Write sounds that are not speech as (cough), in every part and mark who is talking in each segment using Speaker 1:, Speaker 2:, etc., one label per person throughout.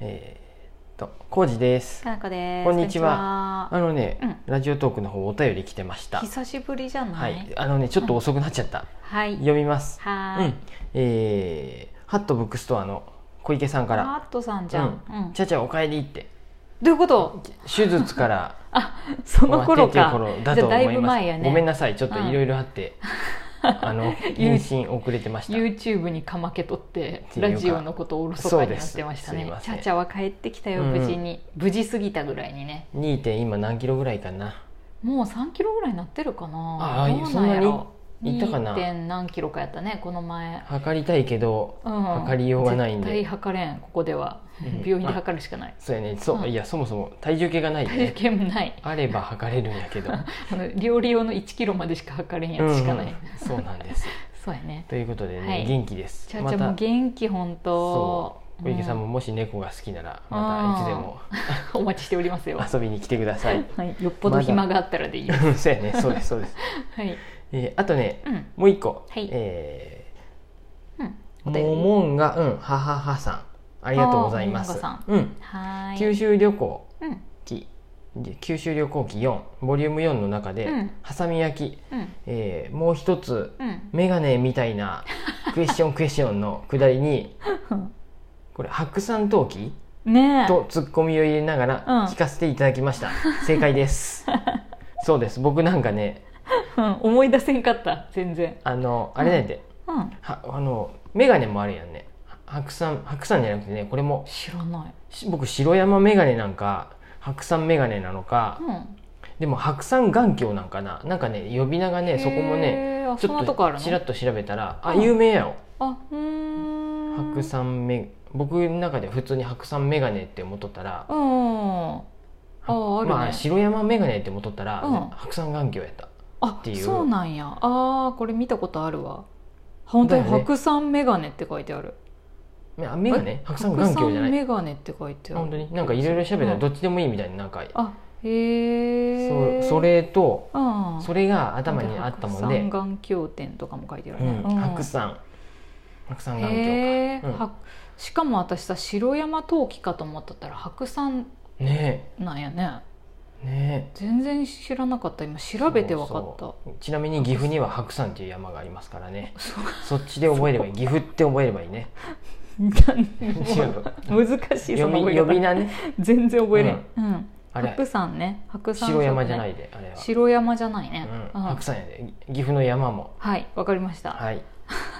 Speaker 1: えー、っと、コウジです。
Speaker 2: かなこです。
Speaker 1: こんにち
Speaker 2: は
Speaker 1: あのね、
Speaker 2: うん
Speaker 1: ラジオトークの方お便り来てました。
Speaker 2: 久しぶりじゃ
Speaker 1: は
Speaker 2: ないい。、
Speaker 1: あのね、ちょっと遅くなっちゃった。
Speaker 2: はい。
Speaker 1: 読みます。
Speaker 2: は
Speaker 1: う
Speaker 2: ー
Speaker 1: ん
Speaker 2: い。、
Speaker 1: えー、ハットブックストアの小池さんから。
Speaker 2: ハットさんじゃん。うん
Speaker 1: ちゃちゃお帰りって
Speaker 2: どういうこと？
Speaker 1: 手術から
Speaker 2: (laughs) そ
Speaker 1: 終わ
Speaker 2: の
Speaker 1: って
Speaker 2: 頃
Speaker 1: っていう
Speaker 2: か。
Speaker 1: 頃だ
Speaker 2: じゃ
Speaker 1: と
Speaker 2: あだい
Speaker 1: 思い
Speaker 2: ぶ
Speaker 1: ます
Speaker 2: 前や
Speaker 1: ごめん
Speaker 2: ね。
Speaker 1: なさいちょっといろいろあ
Speaker 2: (laughs)
Speaker 1: って、あの返信遅れてました
Speaker 2: YouTube にかまけとって
Speaker 1: っていうか
Speaker 2: ラジオのことをおろそかになってました
Speaker 1: そう
Speaker 2: ね
Speaker 1: で。すす
Speaker 2: チ
Speaker 1: いません
Speaker 2: ャチャは帰ってきたよ
Speaker 1: うんうん
Speaker 2: 無事に無事過ぎたぐらいにね。
Speaker 1: 2. 点今何キロぐらいかな
Speaker 2: もう3キロぐらいなってるかな。
Speaker 1: あー
Speaker 2: どうなんやろ。
Speaker 1: そんなにいったかな
Speaker 2: 2. 点何キロかやったねこの前。
Speaker 1: 測りたいけど
Speaker 2: うん。
Speaker 1: 測りようがないんで
Speaker 2: 絶対測れんここでは
Speaker 1: うん
Speaker 2: 病院で測るしかない。
Speaker 1: そうやねそう、
Speaker 2: うん
Speaker 1: いやそもそも体重計がないよ
Speaker 2: 体重
Speaker 1: ね
Speaker 2: 計もない。
Speaker 1: あれば測れるんやけど
Speaker 2: あの料理用の1キロまでしか測れんやつしかない、
Speaker 1: うんうんそうなん
Speaker 2: (laughs)
Speaker 1: です
Speaker 2: そうやね
Speaker 1: ということでね、
Speaker 2: はい
Speaker 1: 元気です
Speaker 2: ちゃうちゃんもう元気本
Speaker 1: そ
Speaker 2: 当
Speaker 1: う小池さんももし猫が好きならまたいつでも
Speaker 2: うんお待ちしており
Speaker 1: (laughs)
Speaker 2: ますよ、
Speaker 1: 遊びに来てください (laughs)
Speaker 2: はい、よっぽど暇があったらでいい、は
Speaker 1: そうやねそうですそうです、
Speaker 2: い
Speaker 1: えーあとね
Speaker 2: うん
Speaker 1: もう一個、
Speaker 2: はい
Speaker 1: え
Speaker 2: うん
Speaker 1: ー
Speaker 2: お便り
Speaker 1: ももんがうんはははさんありがとうございま
Speaker 2: あ
Speaker 1: す
Speaker 2: ーもも
Speaker 1: う
Speaker 2: んが
Speaker 1: ん、
Speaker 2: はー
Speaker 1: 九
Speaker 2: い
Speaker 1: 州旅行
Speaker 2: うん
Speaker 1: 記で九州旅行記4ボリューム4の中で、
Speaker 2: うん
Speaker 1: ハサミ焼き、
Speaker 2: うん
Speaker 1: えーもう一つ
Speaker 2: うん
Speaker 1: メガネみたいなクエスチョンクエスチョンのくだりにこれ白山陶器
Speaker 2: ねえ
Speaker 1: とツッコミを入れなが
Speaker 2: うん
Speaker 1: ら聞かせていただきま
Speaker 2: (laughs)
Speaker 1: した、正解ですそうです僕なんかね
Speaker 2: うん思い出せんかった全然
Speaker 1: あのあれなんやで、
Speaker 2: うん
Speaker 1: はあのメガネもあるやんねは白山白山じゃなくてねこれも
Speaker 2: 知らない
Speaker 1: し僕白山メガネなんか白山メガネなのか
Speaker 2: うん
Speaker 1: でも白山眼鏡なんかななんかね呼び名がねそこもね
Speaker 2: へーあ
Speaker 1: ち
Speaker 2: そん
Speaker 1: ょ
Speaker 2: な
Speaker 1: っ
Speaker 2: とこあ
Speaker 1: と
Speaker 2: る
Speaker 1: ちら
Speaker 2: の
Speaker 1: っと調べたらあ
Speaker 2: うん
Speaker 1: 有名やろ
Speaker 2: あうーん
Speaker 1: 白山メ僕の中では普通に白山メガネって思っとったら
Speaker 2: うんあーあるね
Speaker 1: まあ白山メガネって思っとったら
Speaker 2: うん
Speaker 1: 白山眼鏡やった
Speaker 2: あ
Speaker 1: ていう
Speaker 2: そうなんやあーこれ見たことあるわ本当に
Speaker 1: だよね
Speaker 2: 白山メガネって書いてある
Speaker 1: めあメガネ白山眼
Speaker 2: 白
Speaker 1: 鏡じゃ
Speaker 2: 山
Speaker 1: ない
Speaker 2: メガネって書いてある
Speaker 1: 本当になんかいろいろ調べたら
Speaker 2: うん
Speaker 1: どっちでもいいみたいななんか
Speaker 2: あへ
Speaker 1: そ
Speaker 2: え
Speaker 1: それと
Speaker 2: うん
Speaker 1: それが頭にあったもんで
Speaker 2: 白、山眼鏡店とかも書いてある
Speaker 1: う
Speaker 2: ね
Speaker 1: ん、
Speaker 2: うん
Speaker 1: 白山白山眼鏡
Speaker 2: へー
Speaker 1: うん
Speaker 2: はしかも私さ白山陶器かと思っとったら白山
Speaker 1: かね
Speaker 2: なんやね
Speaker 1: えね
Speaker 2: 全然知らなかった今
Speaker 1: え
Speaker 2: 調べて分かった
Speaker 1: そうそうちなみに岐阜には白山っていう山がありますからね
Speaker 2: そう
Speaker 1: そっちで覚えればいい岐阜って覚えればいい
Speaker 2: (laughs)
Speaker 1: ね違う
Speaker 2: 難しい
Speaker 1: 呼
Speaker 2: その覚え
Speaker 1: び
Speaker 2: 方
Speaker 1: 呼び名ね
Speaker 2: 全然覚えれん、うん
Speaker 1: あれ
Speaker 2: 白山ね白山
Speaker 1: 白山じゃないいであれは、
Speaker 2: 白山じゃないね、
Speaker 1: う、
Speaker 2: うんん
Speaker 1: 白山やで岐阜の山も
Speaker 2: はいわかりました、
Speaker 1: はい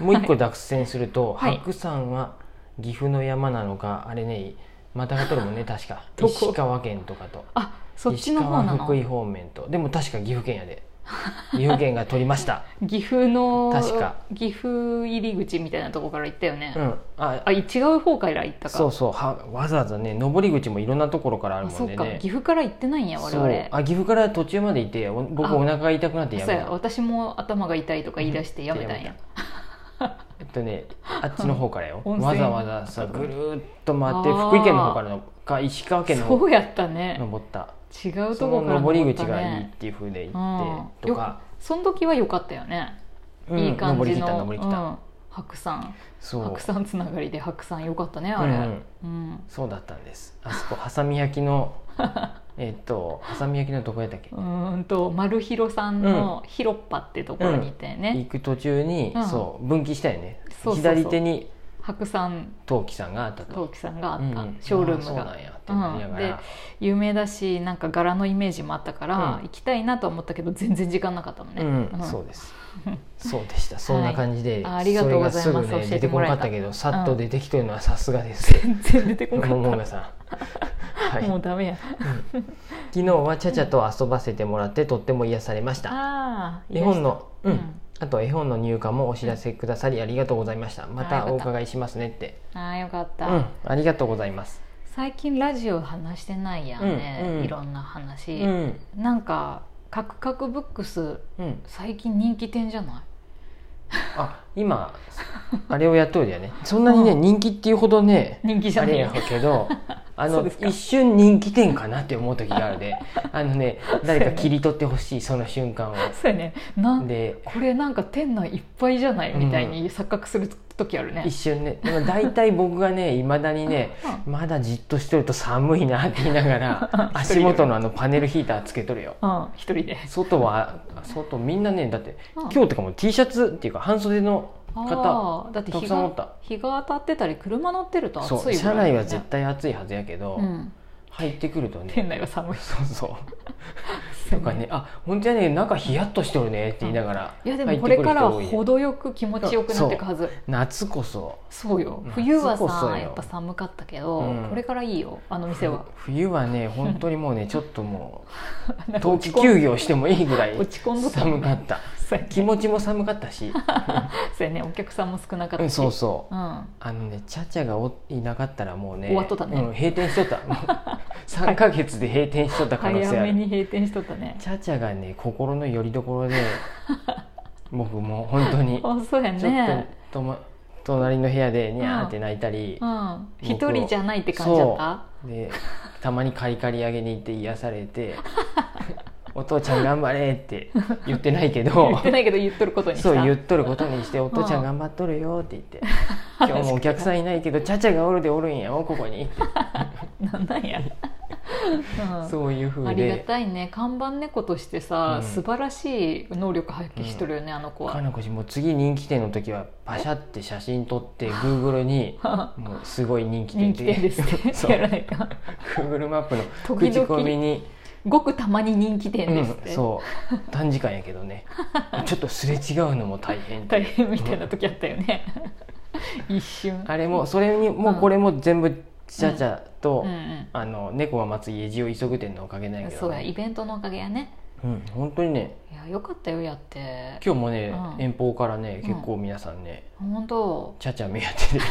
Speaker 1: もう一個脱線すると、
Speaker 2: はい
Speaker 1: 白山は岐阜の山なのかあれねまたがとるもん
Speaker 2: (laughs)
Speaker 1: ね確か
Speaker 2: どこ
Speaker 1: 石川県とかと
Speaker 2: あそっちの方な
Speaker 1: 石川
Speaker 2: の
Speaker 1: 福井方面とでも確か岐阜県やで岐阜県が取りま
Speaker 2: (laughs)
Speaker 1: した
Speaker 2: 岐阜の
Speaker 1: 確か
Speaker 2: 岐阜入り口みたいなとこから行ったよね、
Speaker 1: うんあ
Speaker 2: あ違う方から行ったか
Speaker 1: そうそうはわざわざね上り口もいろんなところからある
Speaker 2: あ
Speaker 1: も
Speaker 2: そ
Speaker 1: ん
Speaker 2: う
Speaker 1: で
Speaker 2: か
Speaker 1: ね
Speaker 2: 岐阜から行ってないんや我
Speaker 1: そう
Speaker 2: 々
Speaker 1: あ岐阜から途中までいてお僕
Speaker 2: あ
Speaker 1: お腹が痛くなってや
Speaker 2: そう
Speaker 1: め
Speaker 2: や
Speaker 1: た
Speaker 2: 私も頭が痛いとか言い出してやめたんや、
Speaker 1: えっとねあっちの方からよ
Speaker 2: 温
Speaker 1: わ
Speaker 2: 泉
Speaker 1: ざわざさぐるーっと回って
Speaker 2: あー
Speaker 1: 福井県の方からのか石川県の
Speaker 2: そ
Speaker 1: 方
Speaker 2: うやったね
Speaker 1: 登った
Speaker 2: 違う
Speaker 1: そ
Speaker 2: と
Speaker 1: の
Speaker 2: こから
Speaker 1: 上り
Speaker 2: 登っ
Speaker 1: 口
Speaker 2: た
Speaker 1: がいいっ
Speaker 2: ね
Speaker 1: ていうふうで
Speaker 2: うん
Speaker 1: 行ってとか、
Speaker 2: その時は良かったよね、
Speaker 1: うん
Speaker 2: いい感
Speaker 1: 登り
Speaker 2: じ
Speaker 1: きった
Speaker 2: の、
Speaker 1: 登りきった、
Speaker 2: うん白山
Speaker 1: そう
Speaker 2: 白山つながりで白山良かったねあ
Speaker 1: う
Speaker 2: れ、
Speaker 1: ん
Speaker 2: うん
Speaker 1: そうだったんですあそこハサミ焼き
Speaker 2: (laughs)
Speaker 1: のえっとハサミ焼きのどこやったっけ
Speaker 2: うーんと丸広さんの広っぱってところにいてね、
Speaker 1: 行く途中に、
Speaker 2: うん
Speaker 1: そう分岐したよね
Speaker 2: そうそうそう
Speaker 1: 左手に
Speaker 2: 白山
Speaker 1: 陶器さんがあったと
Speaker 2: 陶器さんがあ
Speaker 1: う
Speaker 2: っ
Speaker 1: ん
Speaker 2: た、
Speaker 1: うん
Speaker 2: ショールー
Speaker 1: あそ
Speaker 2: ム
Speaker 1: う
Speaker 2: が
Speaker 1: なんやってなりながら、
Speaker 2: 有名だしなんか柄のイメージもあったから、
Speaker 1: うん
Speaker 2: 行きたいなとは思ったけど全然時間なかったもんね、
Speaker 1: うん
Speaker 2: うん
Speaker 1: そうです
Speaker 2: (laughs)
Speaker 1: そうでしたそんな感じで、
Speaker 2: あありがとうございます
Speaker 1: それがすぐね
Speaker 2: 教
Speaker 1: 出て
Speaker 2: えて
Speaker 1: こ
Speaker 2: も
Speaker 1: な
Speaker 2: ら
Speaker 1: か
Speaker 2: え
Speaker 1: ったたけどさっと出てきてるのはさすがです、
Speaker 2: 全然出てこな
Speaker 1: も
Speaker 2: か
Speaker 1: も
Speaker 2: っ
Speaker 1: が
Speaker 2: (laughs)
Speaker 1: さん
Speaker 2: た
Speaker 1: はい
Speaker 2: もうダメや
Speaker 1: 昨日はちゃちゃと遊ばせてもらってとっても癒されました
Speaker 2: あー
Speaker 1: 絵本のう、
Speaker 2: うんん
Speaker 1: あと絵本の入荷もお知らせくださりありがとうございましたま
Speaker 2: あ
Speaker 1: た
Speaker 2: ー
Speaker 1: お
Speaker 2: よかった
Speaker 1: 伺いしますねって
Speaker 2: あーよかっ
Speaker 1: う
Speaker 2: た、
Speaker 1: んありがとうございます
Speaker 2: 最近ラジオ話してないやんね、
Speaker 1: うんうん
Speaker 2: いろんな話、
Speaker 1: うん
Speaker 2: なんか「カクカクブックス
Speaker 1: うん」
Speaker 2: 最近人気店じゃない
Speaker 1: あ今あれをやっとるやねそんなにね人気っていうほどね
Speaker 2: 人気じ
Speaker 1: あ
Speaker 2: ゃな
Speaker 1: れ
Speaker 2: (laughs) い
Speaker 1: やけどあ
Speaker 2: そう
Speaker 1: の
Speaker 2: ですか
Speaker 1: 一瞬人気店かなって思う時がある
Speaker 2: (laughs)
Speaker 1: であのね誰か切り取ってほしいその瞬間を
Speaker 2: そうやねなん
Speaker 1: で
Speaker 2: これなんか店内いっぱいじゃないみたいに錯覚する時あるね、
Speaker 1: 一瞬ねでも大体僕がねいまだにね
Speaker 2: う
Speaker 1: まだじっとしてると寒いなって言いながら
Speaker 2: (laughs) 一人で
Speaker 1: 足元のあのパネルヒーターつけとるよ
Speaker 2: うん、一人で
Speaker 1: 外は外みんなねだって
Speaker 2: うん
Speaker 1: 今日とかも T シャツっていうか半袖の方
Speaker 2: あーだって
Speaker 1: たく
Speaker 2: 日
Speaker 1: さんおっ
Speaker 2: が
Speaker 1: た
Speaker 2: 日が当たってたり車乗ってると
Speaker 1: そ
Speaker 2: 暑
Speaker 1: う
Speaker 2: いぐら
Speaker 1: 車
Speaker 2: い
Speaker 1: 内は絶対暑いはずやけど、
Speaker 2: うん、
Speaker 1: 入ってくるとね
Speaker 2: 店内は寒い
Speaker 1: そうそうとかねあ本当やね中ヒヤッとしてるねって言いながら
Speaker 2: いやで
Speaker 1: 入
Speaker 2: も
Speaker 1: って
Speaker 2: こ
Speaker 1: くる
Speaker 2: れ
Speaker 1: 人
Speaker 2: からは
Speaker 1: 多いね
Speaker 2: 程よく気持ちよくなっていくはず
Speaker 1: 夏こそ
Speaker 2: そうよ
Speaker 1: うん
Speaker 2: 冬は
Speaker 1: そうそう
Speaker 2: さ
Speaker 1: よ
Speaker 2: やっぱ寒かったけど、
Speaker 1: うん
Speaker 2: これからいいよあの店は
Speaker 1: 冬はね本当にもうねちょっとも
Speaker 2: (laughs)
Speaker 1: う冬
Speaker 2: 落
Speaker 1: 季
Speaker 2: ち込ん
Speaker 1: 休業してもいいぐらい
Speaker 2: 落ち込んどった
Speaker 1: 寒かった
Speaker 2: そうやね
Speaker 1: 気持ちも寒かったし、
Speaker 2: そうやねお客さんも少なかっ
Speaker 1: う
Speaker 2: た
Speaker 1: ん、
Speaker 2: し
Speaker 1: そうそう
Speaker 2: うん
Speaker 1: あのねチャチャがおいなかったらもうね
Speaker 2: 終わっとったね
Speaker 1: うん、閉店しとったもう
Speaker 2: (laughs)
Speaker 1: 3ヶ月で閉店しとった可能性
Speaker 2: 早
Speaker 1: あ
Speaker 2: め
Speaker 1: る
Speaker 2: に閉店しとったね
Speaker 1: チャチャがね心の拠り所
Speaker 2: (laughs)
Speaker 1: で僕もう本当に
Speaker 2: あそうや
Speaker 1: ちょっ
Speaker 2: ね
Speaker 1: ととも隣の部屋でニャーって泣いたり
Speaker 2: う、ん
Speaker 1: 僕
Speaker 2: 一人じゃないって感じだった
Speaker 1: そうでたまにカリカリ揚げに行って癒されて
Speaker 2: (laughs)
Speaker 1: 「お父ちゃん頑張れ」って言ってないけど (laughs)
Speaker 2: (laughs) 言ってないけど言っとることにした
Speaker 1: そう言っとることにして「お父ちゃん頑張っとるよ」って言って「今日もお客さんいない
Speaker 2: (laughs)
Speaker 1: けどチャチャがおるでおるんやよここに」って
Speaker 2: (laughs) なんなんや、うん
Speaker 1: そういうふ
Speaker 2: あ
Speaker 1: う
Speaker 2: りが
Speaker 1: で
Speaker 2: たいね看板猫としてさ、
Speaker 1: うん
Speaker 2: 素晴らしい能力発揮しとるよね、あの子
Speaker 1: か
Speaker 2: は
Speaker 1: なこ氏もう次人気店の時はパシャって写真撮
Speaker 2: (laughs)
Speaker 1: ってグーグルにもうすごい人気店
Speaker 2: 人
Speaker 1: って
Speaker 2: 気店ですね
Speaker 1: (laughs) そう
Speaker 2: (laughs) やらないか
Speaker 1: Google マップの
Speaker 2: 時
Speaker 1: 口
Speaker 2: 々
Speaker 1: コミに
Speaker 2: ごくたまに人気店
Speaker 1: う
Speaker 2: ですっ
Speaker 1: ん、
Speaker 2: て、
Speaker 1: そう短時間やけど
Speaker 2: (laughs)
Speaker 1: ねちょっとすれ違うのも大変って
Speaker 2: 大変みたいな時あったよね一瞬
Speaker 1: あれもそれにもうこれも全部ちゃちゃと、
Speaker 2: うんうん
Speaker 1: あの猫が待つ家路を急ぐ店のおかげなんやけ
Speaker 2: そ
Speaker 1: ど
Speaker 2: うやイ
Speaker 1: ね、
Speaker 2: ベントのおかげやね
Speaker 1: うん、本当にね
Speaker 2: いやよかったよやって
Speaker 1: 今日もね、
Speaker 2: うん
Speaker 1: 遠方からね
Speaker 2: うん
Speaker 1: 結構皆さんね、
Speaker 2: 本当
Speaker 1: ちゃちゃ目当てで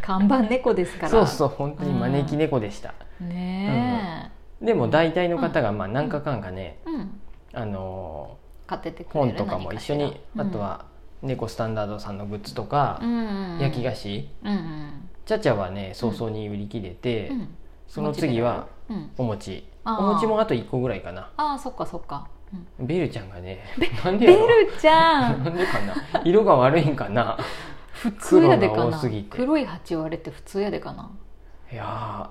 Speaker 2: 看板猫ですから
Speaker 1: そうそう本当に招き猫でした、
Speaker 2: ね
Speaker 1: でも大体の方がまあ何かかんかね、
Speaker 2: え、うん、
Speaker 1: あの
Speaker 2: 買ってて
Speaker 1: ー
Speaker 2: くれ
Speaker 1: 本
Speaker 2: る
Speaker 1: とかも一緒
Speaker 2: 何
Speaker 1: に、
Speaker 2: しら
Speaker 1: あとは猫スタンダードさんのグッズとか
Speaker 2: う、ん、うん、
Speaker 1: 焼き菓子
Speaker 2: うんうん
Speaker 1: ちゃちゃはね早々に売り切れて、
Speaker 2: うん
Speaker 1: その次は
Speaker 2: うん
Speaker 1: お餅
Speaker 2: あ
Speaker 1: お
Speaker 2: ー
Speaker 1: 餅もあと1個ぐらいかな
Speaker 2: ああそっかそっか、うん
Speaker 1: ベルちゃんがねなんで
Speaker 2: ベ
Speaker 1: やろ
Speaker 2: ルちゃん
Speaker 1: なんでかな色が悪いんかな
Speaker 2: 普通や
Speaker 1: (laughs)
Speaker 2: で
Speaker 1: 黒
Speaker 2: か
Speaker 1: が多
Speaker 2: な
Speaker 1: すぎて
Speaker 2: 黒い鉢割れって普通やでかない
Speaker 1: や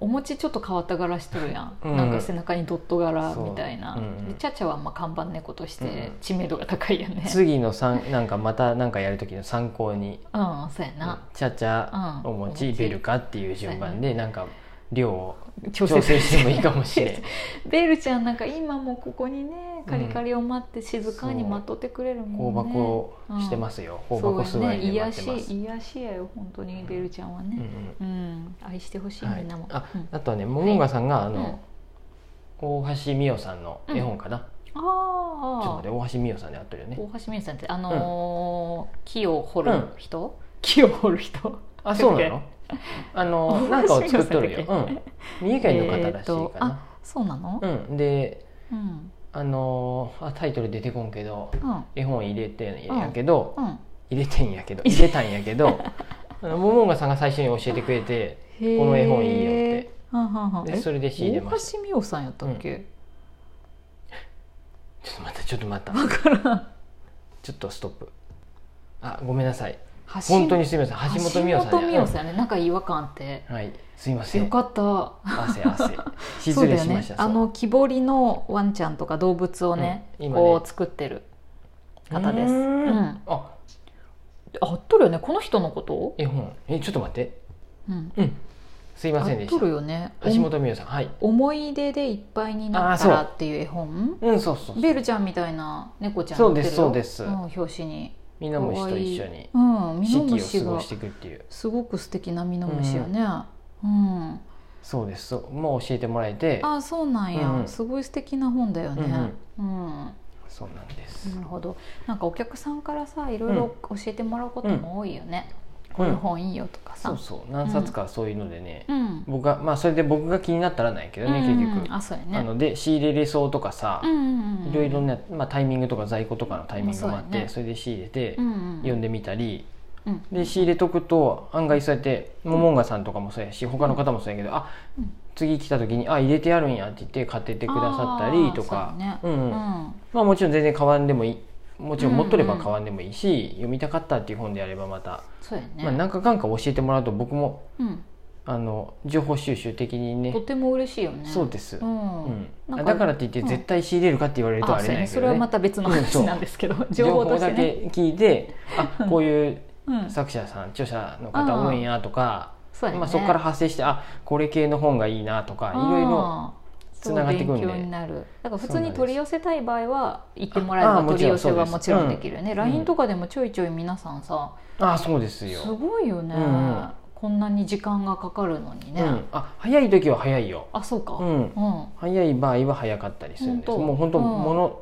Speaker 2: お餅ちょっと変わった柄しとるやん、
Speaker 1: うん
Speaker 2: なんか背中にドット柄みたいな、
Speaker 1: そううん
Speaker 2: でチャチャはまあ看板猫とし
Speaker 1: うん
Speaker 2: て知名度が高いやね
Speaker 1: ー次のさんなんかまたなんかやる時の参考に
Speaker 2: うん、そうやな、
Speaker 1: ちゃちゃ
Speaker 2: うん
Speaker 1: お
Speaker 2: お
Speaker 1: 餅
Speaker 2: 餅
Speaker 1: ベルカっていう順番でなんか量を
Speaker 2: 調
Speaker 1: 調
Speaker 2: 整
Speaker 1: 整してもいいかもしれん
Speaker 2: (laughs) ベルちゃんなんか今もここにねカリカリを待って静かに待っとってくれる
Speaker 1: 香
Speaker 2: もんね
Speaker 1: 箱してますよ香箱
Speaker 2: そ
Speaker 1: 座
Speaker 2: うやね
Speaker 1: りで
Speaker 2: 癒
Speaker 1: 待ってます
Speaker 2: し癒しやよ本当にベルちゃんは
Speaker 1: うんう
Speaker 2: ね
Speaker 1: ん
Speaker 2: うん、愛してほしい、
Speaker 1: はい
Speaker 2: みんなも
Speaker 1: あ
Speaker 2: うん
Speaker 1: あとはねモモンガさんがあ
Speaker 2: うん
Speaker 1: の大橋美代さんの絵本かなちょっと
Speaker 2: ああ
Speaker 1: 待って大橋美代さんで合ってるよね
Speaker 2: 大橋みゆさんってあのー木を掘る
Speaker 1: うん
Speaker 2: 人、木を掘る人
Speaker 1: あそうなのあのなんかを作っとるよ、うん、三重県の方らしい
Speaker 2: えーと
Speaker 1: かな、
Speaker 2: あそうなの
Speaker 1: うん、で
Speaker 2: うん
Speaker 1: あのーあタイトル出てこんけど
Speaker 2: うん
Speaker 1: 絵本入れてんやけど、
Speaker 2: うん
Speaker 1: 入れてんや
Speaker 2: (laughs)
Speaker 1: けど入れたんやけどあのモモンガさんが最初に教えてくれてこの絵本いいよって
Speaker 2: はんはんはん
Speaker 1: でそれで仕入れまし
Speaker 2: 大橋美桜さんやったっけ、
Speaker 1: ちょっと待ったちょっと待った
Speaker 2: だから
Speaker 1: ちょっとストップあごめんなさい
Speaker 2: 橋
Speaker 1: 本当にすみません橋本美代さ
Speaker 2: 橋
Speaker 1: ん
Speaker 2: 本美
Speaker 1: や
Speaker 2: 桜さんやねなんか違和感あって
Speaker 1: うんはいすいませ
Speaker 2: よ
Speaker 1: ん
Speaker 2: かった
Speaker 1: 汗汗
Speaker 2: (laughs)
Speaker 1: 失
Speaker 2: そうだ
Speaker 1: 礼
Speaker 2: よ
Speaker 1: しま
Speaker 2: ね
Speaker 1: した
Speaker 2: あ
Speaker 1: そう
Speaker 2: の木彫りのワンちゃんとか動物をね,、
Speaker 1: うん今ね
Speaker 2: こう作ってる方です
Speaker 1: うー
Speaker 2: うんん、
Speaker 1: あ
Speaker 2: あっとるよねこの人のこと、
Speaker 1: 絵本えちょっと待って
Speaker 2: うん、
Speaker 1: うんすいま
Speaker 2: あ
Speaker 1: せん
Speaker 2: っ
Speaker 1: でし
Speaker 2: と
Speaker 1: た
Speaker 2: るよねお
Speaker 1: 橋本美代さんはい
Speaker 2: 思い出でいっぱいになったらっていう絵本
Speaker 1: うんそうそう
Speaker 2: ベルちゃんみたいな猫ちゃん載ってるよ
Speaker 1: そうですそうです
Speaker 2: ん、表紙に
Speaker 1: ミノムシと一緒に
Speaker 2: うんミ
Speaker 1: 四
Speaker 2: ノム
Speaker 1: 季
Speaker 2: シ
Speaker 1: を過ご
Speaker 2: が
Speaker 1: していくっていう
Speaker 2: すごく素敵なミノムシよねうん、
Speaker 1: そうですそうもう教えてもらえて
Speaker 2: あそうなんや、
Speaker 1: うん
Speaker 2: すごい素敵な本だよねうん
Speaker 1: そうなんです
Speaker 2: なるほどなんかお客さんからさいろいろ教えてもらうことも多いよね、こういう本いいよとかさ
Speaker 1: そうそう何冊かそういうのでね
Speaker 2: うん
Speaker 1: 僕がまあそれで僕が気になったらないけどね
Speaker 2: う
Speaker 1: 結
Speaker 2: ん
Speaker 1: 局
Speaker 2: あそうやね
Speaker 1: あので仕入れれそうとかさ
Speaker 2: うんうんうん
Speaker 1: いろいろねまあタイミングとか在庫とかのタイミングもあっ
Speaker 2: そうや
Speaker 1: て
Speaker 2: ね
Speaker 1: それで仕入れて
Speaker 2: うんうん
Speaker 1: 読んでみたり
Speaker 2: うん
Speaker 1: で仕入れとくと案外そうやってモモンガさんとかもそうやし他の方もそうやけど、あ
Speaker 2: うん
Speaker 1: 次来た時に「あ入れてやるんや」って言って買ってってくださったりとか
Speaker 2: あーそうね
Speaker 1: うん
Speaker 2: う
Speaker 1: うん
Speaker 2: ん
Speaker 1: まあ、もちろん全然買わんでもいいもちろん持っとれば買わんでもいいし、読みたかったっていう本であればまた、
Speaker 2: そうやね、
Speaker 1: まあ、何かかんか教えてもらうと僕も
Speaker 2: うん、
Speaker 1: あの情報収集的にね
Speaker 2: とても嬉しいよね
Speaker 1: そうです、
Speaker 2: うん
Speaker 1: うん
Speaker 2: なん
Speaker 1: だからといって
Speaker 2: うん
Speaker 1: 絶対仕入れるかって言われるとあ
Speaker 2: あ
Speaker 1: れ
Speaker 2: そう
Speaker 1: な
Speaker 2: や
Speaker 1: いけど、ね
Speaker 2: ねそれはまた別の
Speaker 1: うんそ
Speaker 2: 話
Speaker 1: う
Speaker 2: なんですけど、 (laughs) 情
Speaker 1: 情
Speaker 2: 報
Speaker 1: 報
Speaker 2: として
Speaker 1: だ
Speaker 2: ね
Speaker 1: け聞いてあこういう
Speaker 2: うん、
Speaker 1: 作者さん著者の方多いんやとか、
Speaker 2: そうやね、
Speaker 1: まあ、そこから発生してあこれ系の本がいいなとかいろいろ
Speaker 2: あー
Speaker 1: つながってくるんで
Speaker 2: そう勉強になるだから普
Speaker 1: そう
Speaker 2: 通
Speaker 1: なん
Speaker 2: に
Speaker 1: です
Speaker 2: 取り寄せたい場合は行ってもらえ
Speaker 1: あ
Speaker 2: ば
Speaker 1: あも
Speaker 2: 取
Speaker 1: ち
Speaker 2: り
Speaker 1: ろん
Speaker 2: 寄せ
Speaker 1: そ
Speaker 2: は
Speaker 1: う
Speaker 2: も
Speaker 1: です
Speaker 2: ちろんできるよね、
Speaker 1: ん
Speaker 2: LINE とかでもちょいちょい皆さんさ
Speaker 1: ああそうですよ
Speaker 2: すごいよね、
Speaker 1: うんうん
Speaker 2: こんなに時間がかかるのにね、
Speaker 1: うん、あ早い時は早いよ、
Speaker 2: あそうか、
Speaker 1: う
Speaker 2: うん
Speaker 1: ん、早い場合は早かったりするんです
Speaker 2: 本当
Speaker 1: もう本当
Speaker 2: うん
Speaker 1: もの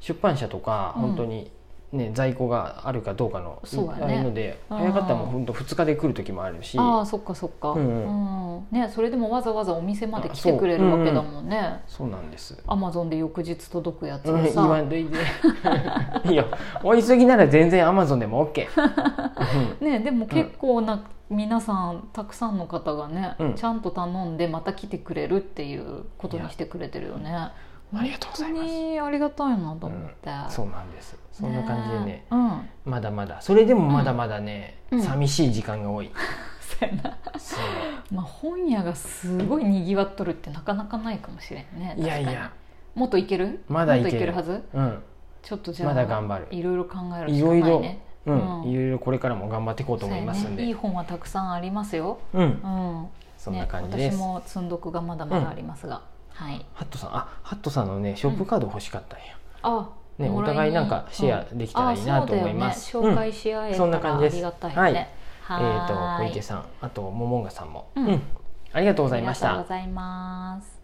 Speaker 1: 出版社とか
Speaker 2: うん
Speaker 1: 本当に、ね、在庫があるかどうかの
Speaker 2: そうだね
Speaker 1: あれので
Speaker 2: うん
Speaker 1: 早かったらもう本当2日で来る時もあるし
Speaker 2: ああそっかそっか、
Speaker 1: う
Speaker 2: うんんね、それでもわざわざお店まで
Speaker 1: あ
Speaker 2: 来
Speaker 1: そう
Speaker 2: てくれるわけだもんね
Speaker 1: そうなんです。
Speaker 2: アマゾンで翌日届くやつ
Speaker 1: うん (laughs)
Speaker 2: を
Speaker 1: 言
Speaker 2: さ、
Speaker 1: わんといて (laughs) いいよ追いすぎなら全然アマゾンでも OK、うん
Speaker 2: ね、でも結構な、皆さんたくさんの方がね、
Speaker 1: うん
Speaker 2: ちゃんと頼んでまた来てくれるっていうことにしてくれてるよね
Speaker 1: いやありがとうございます
Speaker 2: 本当にありがたいなと思って、
Speaker 1: そうなんですそんな感じでね
Speaker 2: ねうん (laughs)
Speaker 1: まだまだそれでもまだまだね、
Speaker 2: うん
Speaker 1: 寂しい時間が多
Speaker 2: (laughs)
Speaker 1: い、
Speaker 2: そうやな、
Speaker 1: そう
Speaker 2: まあ、本屋がすごいにぎわっとるってなかなかないかもしれんね
Speaker 1: いやい
Speaker 2: 確か
Speaker 1: や
Speaker 2: にもっといける
Speaker 1: まだいける
Speaker 2: もっといけるはず
Speaker 1: うん
Speaker 2: ちょっとじゃあ
Speaker 1: まだ頑張る
Speaker 2: いろいろ考える
Speaker 1: い
Speaker 2: しか
Speaker 1: ろ
Speaker 2: ない
Speaker 1: い
Speaker 2: ね
Speaker 1: ろうん、
Speaker 2: うん
Speaker 1: いろいろこれからも頑張っていこうと思いますん
Speaker 2: そう
Speaker 1: で
Speaker 2: やね、いい本はたくさんありますよ、
Speaker 1: うん
Speaker 2: うん
Speaker 1: そんな感じです、
Speaker 2: ね、私も積んどくがまだまだありますが、はい
Speaker 1: ハットさんあハットさんのねショップカード欲しかったんや、
Speaker 2: あ
Speaker 1: ね
Speaker 2: もら
Speaker 1: お互いなんかシェアできたらいいなと思います
Speaker 2: うんあそうだよね紹介し合え
Speaker 1: そ
Speaker 2: た
Speaker 1: んな
Speaker 2: ら
Speaker 1: 感
Speaker 2: あ
Speaker 1: じです
Speaker 2: りがたいね、
Speaker 1: え
Speaker 2: は
Speaker 1: っ、と
Speaker 2: ーい
Speaker 1: 小池さんあとモモンガさんも、
Speaker 2: うん
Speaker 1: ありがとうございまし
Speaker 2: ありがと
Speaker 1: た
Speaker 2: うございます